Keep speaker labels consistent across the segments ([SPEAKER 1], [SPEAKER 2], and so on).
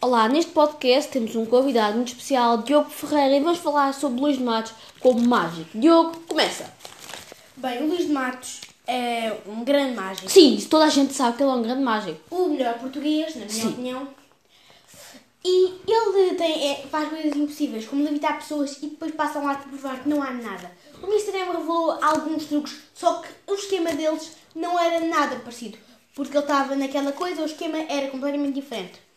[SPEAKER 1] Olá, neste podcast temos um convidado muito especial, Diogo Ferreira, e vamos falar sobre Luís de Matos como mágico. Diogo, começa!
[SPEAKER 2] Bem, o Luís de Matos é um grande mágico.
[SPEAKER 1] Sim, isso toda a gente sabe que ele é um grande mágico.
[SPEAKER 2] O melhor português, na minha
[SPEAKER 1] Sim.
[SPEAKER 2] opinião. E ele tem, é- faz coisas impossíveis, como levitar pessoas e depois passam lá a provar que não há nada. O Mr. M revelou alguns truques, só que o esquema deles não era nada parecido. Porque ele estava naquela coisa, o esquema era completamente diferente.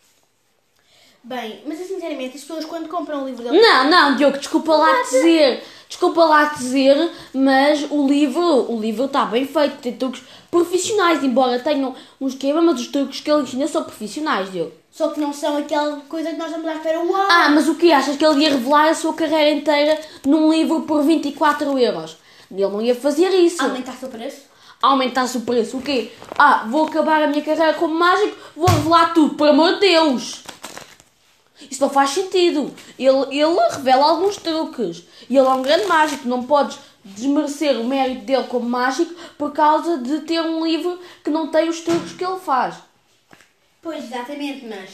[SPEAKER 2] Bem, mas eu sinceramente, as pessoas quando compram o livro dele...
[SPEAKER 1] Não, não, Diogo, desculpa lá dizer, desculpa lá dizer, mas o livro, o livro está bem feito, tem truques profissionais, embora tenham um esquema, mas os truques que ele ensina são profissionais, Diogo.
[SPEAKER 2] Só que não são aquela coisa que nós estamos à espera. Uau!
[SPEAKER 1] Ah, mas o que achas que ele ia revelar a sua carreira inteira num livro por 24 euros? Ele não ia fazer isso.
[SPEAKER 2] Aumentar o seu preço?
[SPEAKER 1] Aumentasse o preço, o quê? Ah, vou acabar a minha carreira como mágico, vou revelar tudo, por amor de Deus! Isso não faz sentido. Ele, ele revela alguns truques. E ele é um grande mágico, não podes desmerecer o mérito dele como mágico por causa de ter um livro que não tem os truques que ele faz.
[SPEAKER 2] Pois, exatamente, mas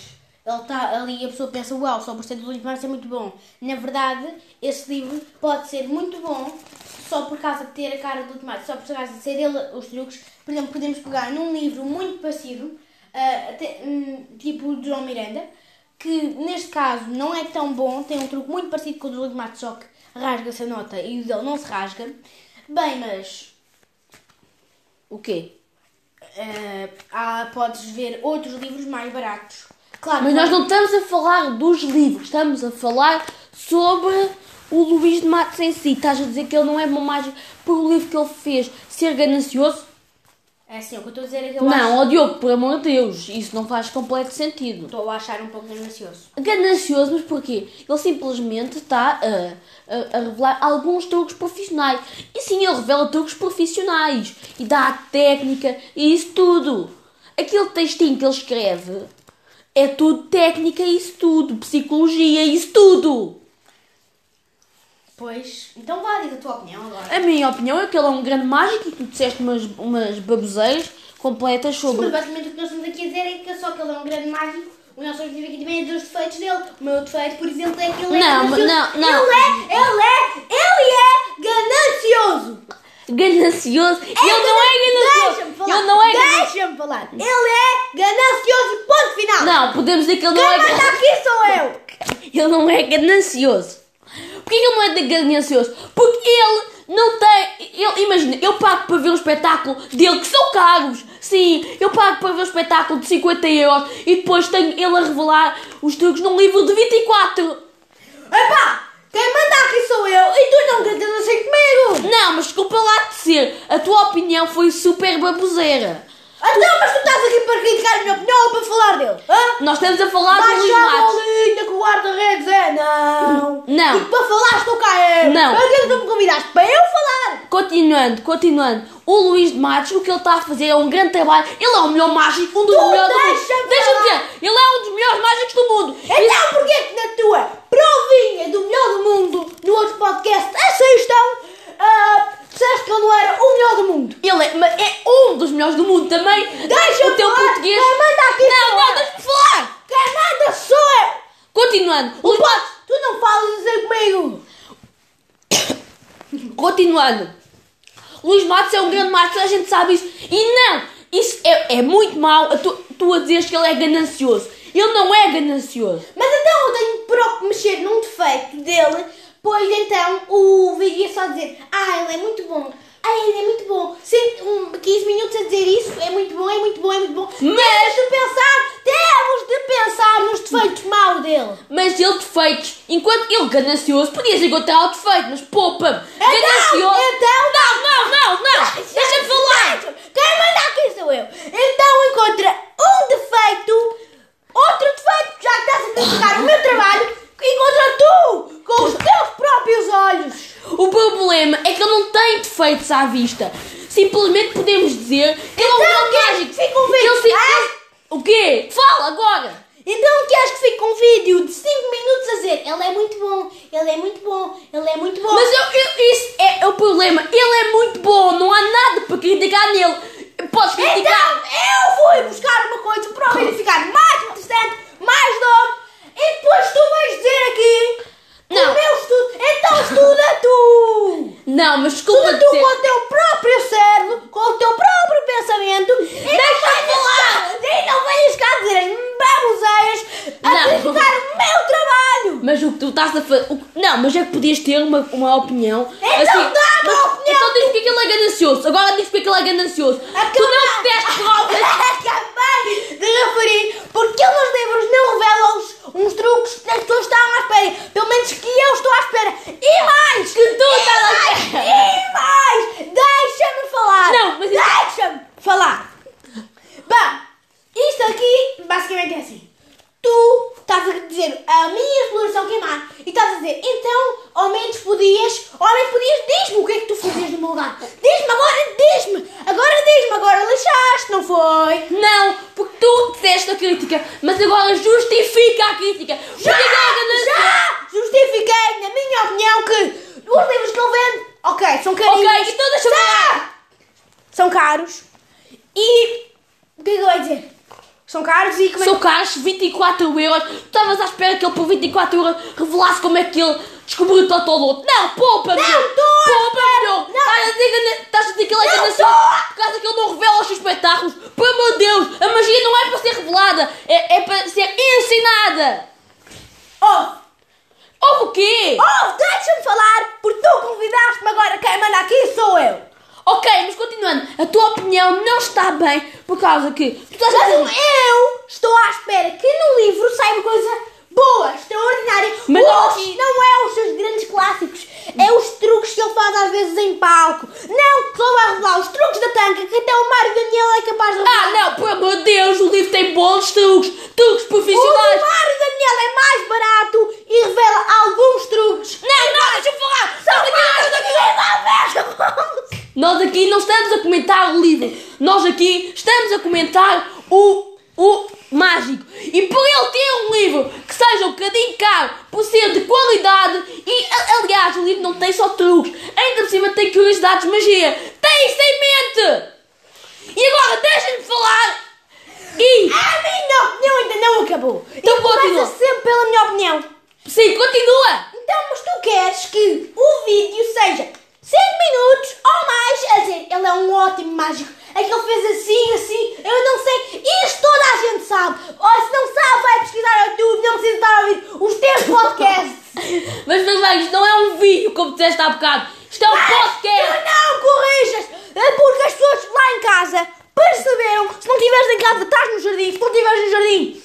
[SPEAKER 2] ele está ali e a pessoa pensa, uau, só por ser do livro vai ser é muito bom. Na verdade, esse livro pode ser muito bom só por causa de ter a cara do tomate, só por causa de ser ele os truques. Por exemplo, podemos pegar num livro muito passivo, ah, até, hum, tipo o de João Miranda, que neste caso não é tão bom, tem um truque muito parecido com o do Luís Matos, só que rasga-se a nota e o dele não se rasga. Bem, mas
[SPEAKER 1] O quê?
[SPEAKER 2] ah, há, podes ver outros livros mais baratos. Claro,
[SPEAKER 1] Mas nós não estamos a falar dos livros, estamos a falar sobre o Luís de Matos em si. Estás a dizer que ele não é bom mágico por o livro que ele fez ser ganancioso?
[SPEAKER 2] É assim, o que eu estou a dizer é que eu
[SPEAKER 1] Não,
[SPEAKER 2] acho,
[SPEAKER 1] ó Diogo, por amor de Deus, isso não faz completo sentido.
[SPEAKER 2] estou a achar um pouco ganancioso.
[SPEAKER 1] Ganancioso, mas porquê? Ele simplesmente está a, a- a revelar alguns truques profissionais. E sim, ele revela truques profissionais. E dá a técnica e isso tudo. Aquele textinho que ele escreve é tudo técnica, isso tudo. Psicologia, isso tudo.
[SPEAKER 2] Pois, então vá, diz a tua opinião agora.
[SPEAKER 1] A minha opinião é que ele é um grande mágico e tu disseste umas, umas baboseiras completas sobre
[SPEAKER 2] Mas basicamente o que nós estamos aqui a dizer é que só que ele é um grande mágico, o nosso objetivo aqui também é dizer os defeitos dele. O meu defeito, por exemplo, é que ele é
[SPEAKER 1] Não, mas
[SPEAKER 2] ganancioso.
[SPEAKER 1] não, não.
[SPEAKER 2] Ele é, ele é, ele é ganancioso.
[SPEAKER 1] ganancioso. ele não é
[SPEAKER 2] Deixa-me
[SPEAKER 1] ganancioso.
[SPEAKER 2] falar.
[SPEAKER 1] Ele não é ganancioso.
[SPEAKER 2] Deixa-me falar. Ele é ganancioso, ponto final.
[SPEAKER 1] Não, podemos dizer que ele não é
[SPEAKER 2] Quem manda aqui sou eu.
[SPEAKER 1] Ele não é ganancioso. Porquê que ele não é de- ganancioso? Porque ele não tem. Ele, imagina, eu pago para ver um espetáculo dele que são caros. Sim, eu pago para ver um espetáculo de 50 euros e depois tenho ele a revelar os truques num livro de 24.
[SPEAKER 2] Epá, quem manda aqui sou eu e tu não cantas assim comigo.
[SPEAKER 1] Não, mas desculpa lá de ser. A tua opinião foi super baboseira.
[SPEAKER 2] Então, mas tu estás aqui para criticar a minha opinião ou para falar dele? Hã?
[SPEAKER 1] Nós estamos a falar um do Luís
[SPEAKER 2] Baixa a
[SPEAKER 1] Matos.
[SPEAKER 2] bolinha que o guarda-redes é não.
[SPEAKER 1] Não.
[SPEAKER 2] E para falar estou cá eu.
[SPEAKER 1] Não.
[SPEAKER 2] Para que é que tu me convidaste? Para eu falar.
[SPEAKER 1] Continuando, continuando. O Luís de Matos, o que ele está a fazer é um grande trabalho. Ele é o melhor mágico, um dos
[SPEAKER 2] Tu
[SPEAKER 1] melhores do mundo.
[SPEAKER 2] deixa-me
[SPEAKER 1] Deixa-me
[SPEAKER 2] falar.
[SPEAKER 1] dizer, ele é um dos melhores mágicos do mundo.
[SPEAKER 2] Então porquê que na tua provinha do melhor do mundo, no outro podcast, assistam, ah, disseste que ele não era o melhor do mundo.
[SPEAKER 1] Ele é, mas é um dos melhores do mundo também.
[SPEAKER 2] Deixa-me
[SPEAKER 1] o teu
[SPEAKER 2] falar.
[SPEAKER 1] português.
[SPEAKER 2] Quem manda aqui
[SPEAKER 1] não,
[SPEAKER 2] sou
[SPEAKER 1] não,
[SPEAKER 2] eu.
[SPEAKER 1] deixa-me falar.
[SPEAKER 2] Quem manda Ah, sou eu.
[SPEAKER 1] Continuando, o Luís Matos,
[SPEAKER 2] Tu não falas assim comigo.
[SPEAKER 1] continuando. Luís Matos é um grande mágico, a gente sabe isso. E não, isso é, é muito mau. a Tu, tu a dizeres que ele é ganancioso. Ele não é ganancioso.
[SPEAKER 2] Mas então eu tenho para mexer num defeito dele, pois então o vídeo é só dizer Ah, ele é muito bom, ah, ele é muito bom. Sempre, um, 15 minutos a dizer isso, é muito bom, é muito bom, é muito bom. Temos de pensar, temos de pensar nos defeitos maus dele.
[SPEAKER 1] Mas ele defeitos, enquanto ele ganancioso, podias encontrar o defeito, mas poupa-me!
[SPEAKER 2] Então,
[SPEAKER 1] Ganancioso!
[SPEAKER 2] então-
[SPEAKER 1] Não, não, não, não! Deixa-me falar!
[SPEAKER 2] Quem manda aqui sou eu. Então encontra um defeito, outro defeito, já que estás a criticar o meu trabalho, encontra tu com os teus próprios olhos.
[SPEAKER 1] O problema é que ele não tem defeitos à vista. Simplesmente podemos dizer que ele é um grande
[SPEAKER 2] Então, queres
[SPEAKER 1] mágico.
[SPEAKER 2] que fique um vídeo?
[SPEAKER 1] Ele se-
[SPEAKER 2] Ah?
[SPEAKER 1] O quê? Fala agora!
[SPEAKER 2] Então queres que fique um vídeo de 5 minutos a dizer Ele é muito bom, ele é muito bom, ele é muito bom
[SPEAKER 1] Mas eu, eu- isso é o problema. Ele é muito bom, não há nada para criticar nele. Podes
[SPEAKER 2] Então
[SPEAKER 1] criticar.
[SPEAKER 2] eu fui buscar uma coisa para o vídeo ficar mais interessante, mais novo Então,
[SPEAKER 1] Mas o que tu estás a fazer. Não, mas é que podias ter uma, uma opinião. Então
[SPEAKER 2] dá uma
[SPEAKER 1] mas-
[SPEAKER 2] opinião. Então
[SPEAKER 1] Então diz porque é que ele é ganancioso. Agora diz porque é que ele é ganancioso. Tu não tiveste provas.
[SPEAKER 2] É Acabei de referir porque os livros não revelam os, uns truques que as pessoas estavam à espera. Pelo menos que eu estou à espera. E mais! Que tu
[SPEAKER 1] estás à espera.
[SPEAKER 2] E mais! Deixa-me falar!
[SPEAKER 1] Não, mas isso-
[SPEAKER 2] Deixa-me falar! Bom, isto aqui basicamente é assim. Tu estás a dizer a minha exploração queimar e estás a dizer, então, ao menos podias, ao menos podias, diz-me o que é que tu fazias no meu lugar. Diz-me agora, diz-me, agora diz-me, agora lixaste, não foi?
[SPEAKER 1] Não, porque tu disseste a crítica. Mas agora justifica a crítica. Porque
[SPEAKER 2] Já,
[SPEAKER 1] ele é ganancioso.
[SPEAKER 2] já, justifiquei, na minha opinião, que os livros que eu vendo, ok, são carinhos.
[SPEAKER 1] Ok, então deixa-me falar.
[SPEAKER 2] São caros e, o que é que eu ia dizer? São caros e como é que-
[SPEAKER 1] Seu Carlos, 24 euros. Tu estavas à espera que ele por 24 euros revelasse como é que ele descobriu o Totoloto. Não, poupa, meu!
[SPEAKER 2] tô
[SPEAKER 1] Poupa, meu! Estás a dizer que- Estás a dizer que ele é
[SPEAKER 2] Não
[SPEAKER 1] ganancioso por causa que ele não revela os seus espetáculos. Pelo amor de Deus, a magia não é para ser revelada, é, é para ser ensinada.
[SPEAKER 2] Oh,
[SPEAKER 1] Ou o quê?
[SPEAKER 2] Oh, deixa-me falar, porque tu convidaste-me agora, quem manda aqui sou eu.
[SPEAKER 1] Ok, mas continuando, a tua opinião não está bem por causa que tu estás a
[SPEAKER 2] Mas
[SPEAKER 1] dizer-
[SPEAKER 2] eu estou à espera que no livro saiba coisa boa, extraordinária.
[SPEAKER 1] Mas
[SPEAKER 2] Os-
[SPEAKER 1] não aqui-
[SPEAKER 2] não é os seus grandes clássicos, é os truques que ele faz às vezes em palco. Não, só vai revelar os truques da tanca, que até o Mário Daniel é capaz de revelar.
[SPEAKER 1] Ah, não, pelo amor de Deus, o livro tem bons truques, truques
[SPEAKER 2] O do
[SPEAKER 1] profissionais.
[SPEAKER 2] Mário Daniel é mais barato e revela alguns truques.
[SPEAKER 1] Não, não, deixa-me falar!
[SPEAKER 2] São
[SPEAKER 1] Nós aqui-
[SPEAKER 2] mais do que uma vez.
[SPEAKER 1] Nós aqui não estamos a comentar o livro, nós aqui estamos a comentar o, o mágico. E por ele ter um livro que seja um bocadinho caro, por ser de qualidade, e a- aliás, o livro não tem só truques, ainda por cima tem curiosidades de magia. Tem isso em mente! E agora deixa-me falar! E.
[SPEAKER 2] A minha opinião ainda não acabou.
[SPEAKER 1] Então
[SPEAKER 2] Eu começo
[SPEAKER 1] continua.
[SPEAKER 2] sempre pela minha opinião.
[SPEAKER 1] Sim, continua!
[SPEAKER 2] Então, mas tu queres que o vídeo seja 5 minutos ou mais? A dizer, ele é um ótimo mágico. É que ele fez assim, assim, eu não sei. Isto toda a gente sabe. Ou se não sabe, vai pesquisar no YouTube. Não precisa estar a ouvir os teus podcasts.
[SPEAKER 1] Mas, meus amigos, isto não é um vídeo como disseste há bocado, isto é um
[SPEAKER 2] Tu
[SPEAKER 1] podcast!
[SPEAKER 2] não corrijas! É porque as pessoas lá em casa perceberam. Se não estiveres em casa, estás no jardim. Se não estiveres no jardim,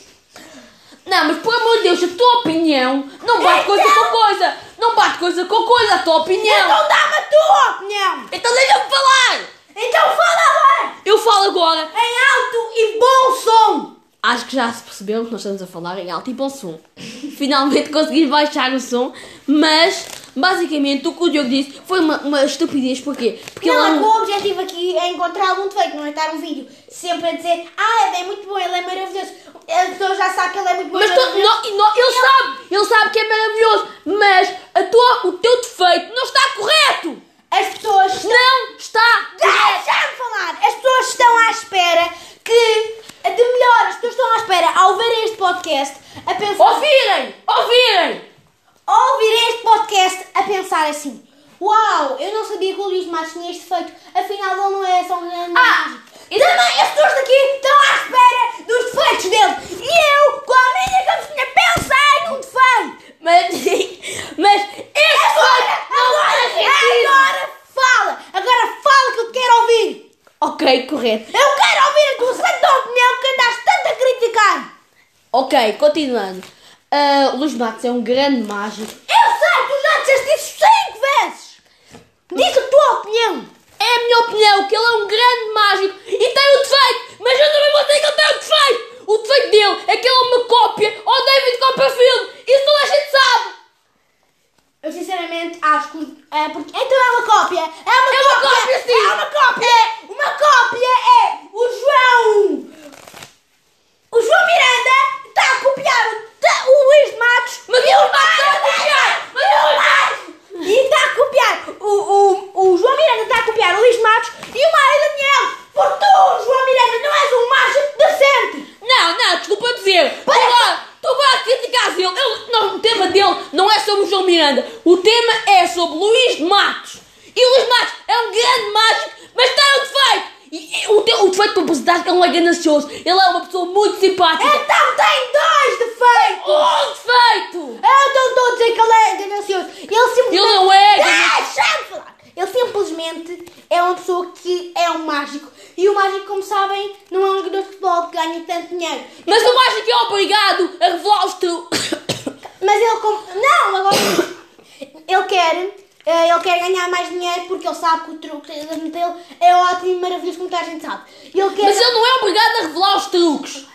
[SPEAKER 1] Não, mas por amor de Deus, a tua opinião não bate coisa
[SPEAKER 2] Então?
[SPEAKER 1] com coisa! Não bate coisa com coisa, a tua opinião!
[SPEAKER 2] então dá-me a tua opinião.
[SPEAKER 1] Então deixa-me falar!
[SPEAKER 2] Então fala agora
[SPEAKER 1] Eu falo agora!
[SPEAKER 2] em alto e bom som.
[SPEAKER 1] Acho que já se percebeu que nós estamos a falar em alto e bom som. Finalmente consegui baixar o som, mas basicamente o que o Diogo disse foi uma, uma estupidez. Porquê? Porque
[SPEAKER 2] não,
[SPEAKER 1] ele é
[SPEAKER 2] é que
[SPEAKER 1] um-
[SPEAKER 2] o objetivo aqui é encontrar algum defeito, não é estar um vídeo sempre a dizer Ah, ele é muito bom, ele é maravilhoso. A pessoa já sabe que ele é muito bom.
[SPEAKER 1] Mas
[SPEAKER 2] ele é
[SPEAKER 1] tu,
[SPEAKER 2] maravilhoso.
[SPEAKER 1] não, e não- ele sabe! Ele sabe que é maravilhoso! Mas a tua, o teu defeito não está correto!
[SPEAKER 2] As pessoas...
[SPEAKER 1] Não está
[SPEAKER 2] Deixa-me falar! As pessoas estão à espera que... De melhor, as pessoas estão à espera, ao verem este podcast, a pensar...
[SPEAKER 1] Ouvirem! Ouvirem!
[SPEAKER 2] Ao ouvirem este podcast, a pensar assim... Uau, eu não sabia que o Luís Matos tinha este defeito. Afinal, ele não é só um grande
[SPEAKER 1] Ah!
[SPEAKER 2] E também as pessoas daqui estão à espera dos defeitos dele. E eu, com a minha cabecinha, pensei num defeito.
[SPEAKER 1] Mas. Mas. Este
[SPEAKER 2] Agora,
[SPEAKER 1] foi- não
[SPEAKER 2] agora,
[SPEAKER 1] faz sentido.
[SPEAKER 2] agora fala. Agora fala que eu te quero ouvir.
[SPEAKER 1] Ok, correto.
[SPEAKER 2] Eu quero ouvir é a tua santa opinião que andaste tanto a criticar.
[SPEAKER 1] Ok, continuando. Ah, o Luís Matos é um grande mágico.
[SPEAKER 2] Eu sei, tu já disseste isso cinco vezes. Diz a tua opinião.
[SPEAKER 1] É a minha opinião que ele é um grande mágico e tem o defeito, mas eu também vou dizer que ele tem o defeito! O defeito dele é que ele é uma cópia ao David Copperfield! Isso toda a gente sabe!
[SPEAKER 2] Eu sinceramente acho que. É porque, então é uma cópia! É uma,
[SPEAKER 1] É uma cópia, sim.
[SPEAKER 2] É uma cópia! É uma cópia! É o João! O João Miranda está a copiar o, tá- o Luís de Matos!
[SPEAKER 1] Mas
[SPEAKER 2] e
[SPEAKER 1] o Luís Matos está a copiar. Mas o Luís
[SPEAKER 2] Matos! E está a copiar! O, o, o João Miranda está a copiar o Luís de Matos e o Mário Daniel! Porque tu, João Miranda, não és um mágico decente!
[SPEAKER 1] Não, não, desculpa dizer. Tu agora, tu agora criticares ele. Ele- não, o tema dele não é sobre o João Miranda. O tema é sobre Luís de Matos. E Luís de Matos é um grande mágico, mas tem um defeito. E, e o, teu, o defeito que tu apresentaste é um ganancioso. Ele é
[SPEAKER 2] É
[SPEAKER 1] uma pessoa muito simpática.
[SPEAKER 2] Então tem dois defeitos!
[SPEAKER 1] Um defeito!
[SPEAKER 2] Eu dou
[SPEAKER 1] Ele
[SPEAKER 2] é simplesmente.
[SPEAKER 1] não é!
[SPEAKER 2] Ah! Deixa-me falar! Ele simplesmente é uma pessoa que é um mágico. E o mágico, como sabem, não é um jogador de futebol que ganha tanto dinheiro.
[SPEAKER 1] Mas o mágico é obrigado a revelar os teus.
[SPEAKER 2] Mas ele como. Não, agora. ele quer. eh, Ele quer ganhar mais dinheiro porque ele sabe que o truque dele é ótimo e maravilhoso, como toda a gente sabe. E Ele quer.
[SPEAKER 1] Mas ele não é obrigado a revelar os truques.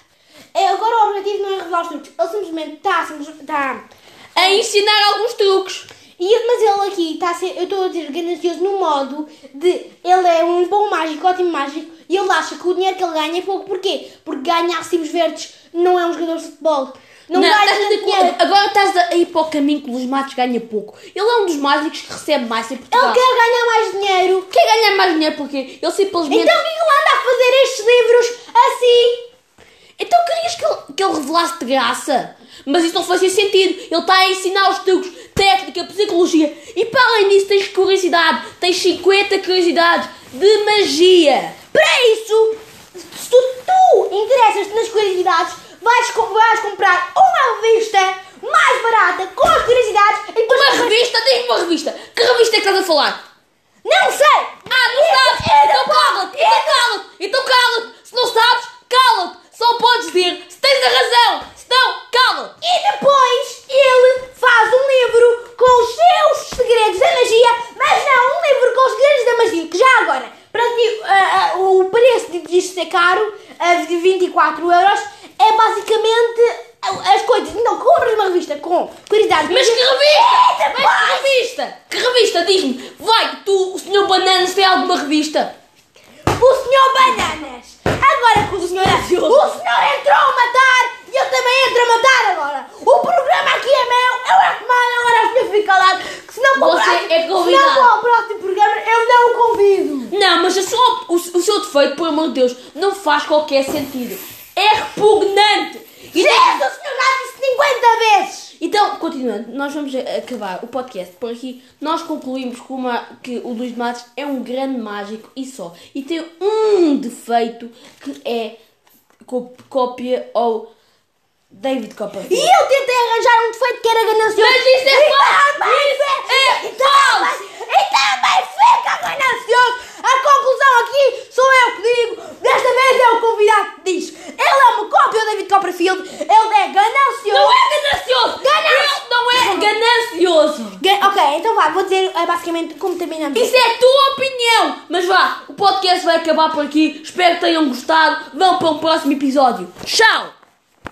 [SPEAKER 2] É, Agora o objetivo não é revelar os truques. Ele simplesmente está. simplesmente tá está
[SPEAKER 1] A ensinar alguns truques.
[SPEAKER 2] E, mas ele aqui está a ser, eu estou a dizer, ganancioso no modo de ele é um bom mágico, ótimo mágico, e ele acha que o dinheiro que ele ganha é pouco. Porquê? Porque ganha recibos verdes, não é um jogador de futebol. Não, ganha
[SPEAKER 1] estás a
[SPEAKER 2] tanto
[SPEAKER 1] dizer que-
[SPEAKER 2] dinheiro.
[SPEAKER 1] agora estás a ir para o caminho que o Luís Matos ganha pouco. Ele é um dos mágicos que recebe mais em Portugal.
[SPEAKER 2] Ele quer ganhar mais dinheiro.
[SPEAKER 1] Quer ganhar mais dinheiro porque ele simplesmente.
[SPEAKER 2] Então o que é que ele anda a fazer estes livros assim?
[SPEAKER 1] Então querias que ele, que ele revelasse de graça? Mas isso não fazia sentido. Ele está a ensinar os truques, técnica, psicologia. E para além disso, tens curiosidade. Tens 50 curiosidades de magia.
[SPEAKER 2] Para isso, se tu, tu interessas-te nas curiosidades, vais, co- vais comprar uma revista mais barata com as curiosidades e depois
[SPEAKER 1] Uma revista, diz-me uma revista. Que revista é que estás a falar?
[SPEAKER 2] Não sei!
[SPEAKER 1] Ah, não
[SPEAKER 2] é
[SPEAKER 1] sabes? Então cala-te! Então cala-te! Então cala-te! Se não sabes, cala-te! Só podes dizer se tens a razão. Se não, cala-te!
[SPEAKER 2] E depois ele faz um livro com os seus segredos da magia, mas não um livro com os segredos da magia, que já agora, para ti, ah, ah, o preço de- disto é caro, ah, de 24 euros, é basicamente ah, as coisas. Não, compras uma revista com curiosidades.
[SPEAKER 1] Mas que
[SPEAKER 2] Eita,
[SPEAKER 1] revista? Mas é que revista? Que revista? Diz-me. Vai, tu, o senhor Bananas tem alguma revista?
[SPEAKER 2] O senhor Bananas! Agora que o senhor, o senhor entrou a matar e eu também entro a matar agora! O programa aqui é meu, eu é que mando, agora o senhor fica calado! Que se não para o
[SPEAKER 1] Você
[SPEAKER 2] próximo-
[SPEAKER 1] é convidado.
[SPEAKER 2] Se não para o próximo programa, eu não o convido!
[SPEAKER 1] Não, mas a sua- o, o seu defeito, por amor de Deus, não faz qualquer sentido. É repugnante! E
[SPEAKER 2] Jesus, o senhor já disse 50 vezes!
[SPEAKER 1] Então, continuando, nós vamos a- acabar o podcast por aqui. Nós concluímos com uma- que o Luís Matos é um grande mágico e só. E tem um defeito que é co- cópia ao David
[SPEAKER 2] E
[SPEAKER 1] Copperfield.
[SPEAKER 2] eu tentei arranjar um defeito que era ganancioso!
[SPEAKER 1] Mas isso é
[SPEAKER 2] E
[SPEAKER 1] falso!
[SPEAKER 2] também
[SPEAKER 1] Isso
[SPEAKER 2] fica-
[SPEAKER 1] é
[SPEAKER 2] e também- E também fica ganancioso! A conclusão aqui sou eu que digo, desta vez é o convidado que diz. Ele é uma cópia do David Copperfield, ele é ganancioso!
[SPEAKER 1] Não é ganancioso!
[SPEAKER 2] Ganância!
[SPEAKER 1] Ele não é ganancioso!
[SPEAKER 2] Ga- Ok, então vá, vou dizer eh, basicamente como terminamos.
[SPEAKER 1] Isso é a tua opinião! Mas vá, o podcast vai acabar por aqui. Espero que tenham gostado. Vão para um próximo episódio. Tchau!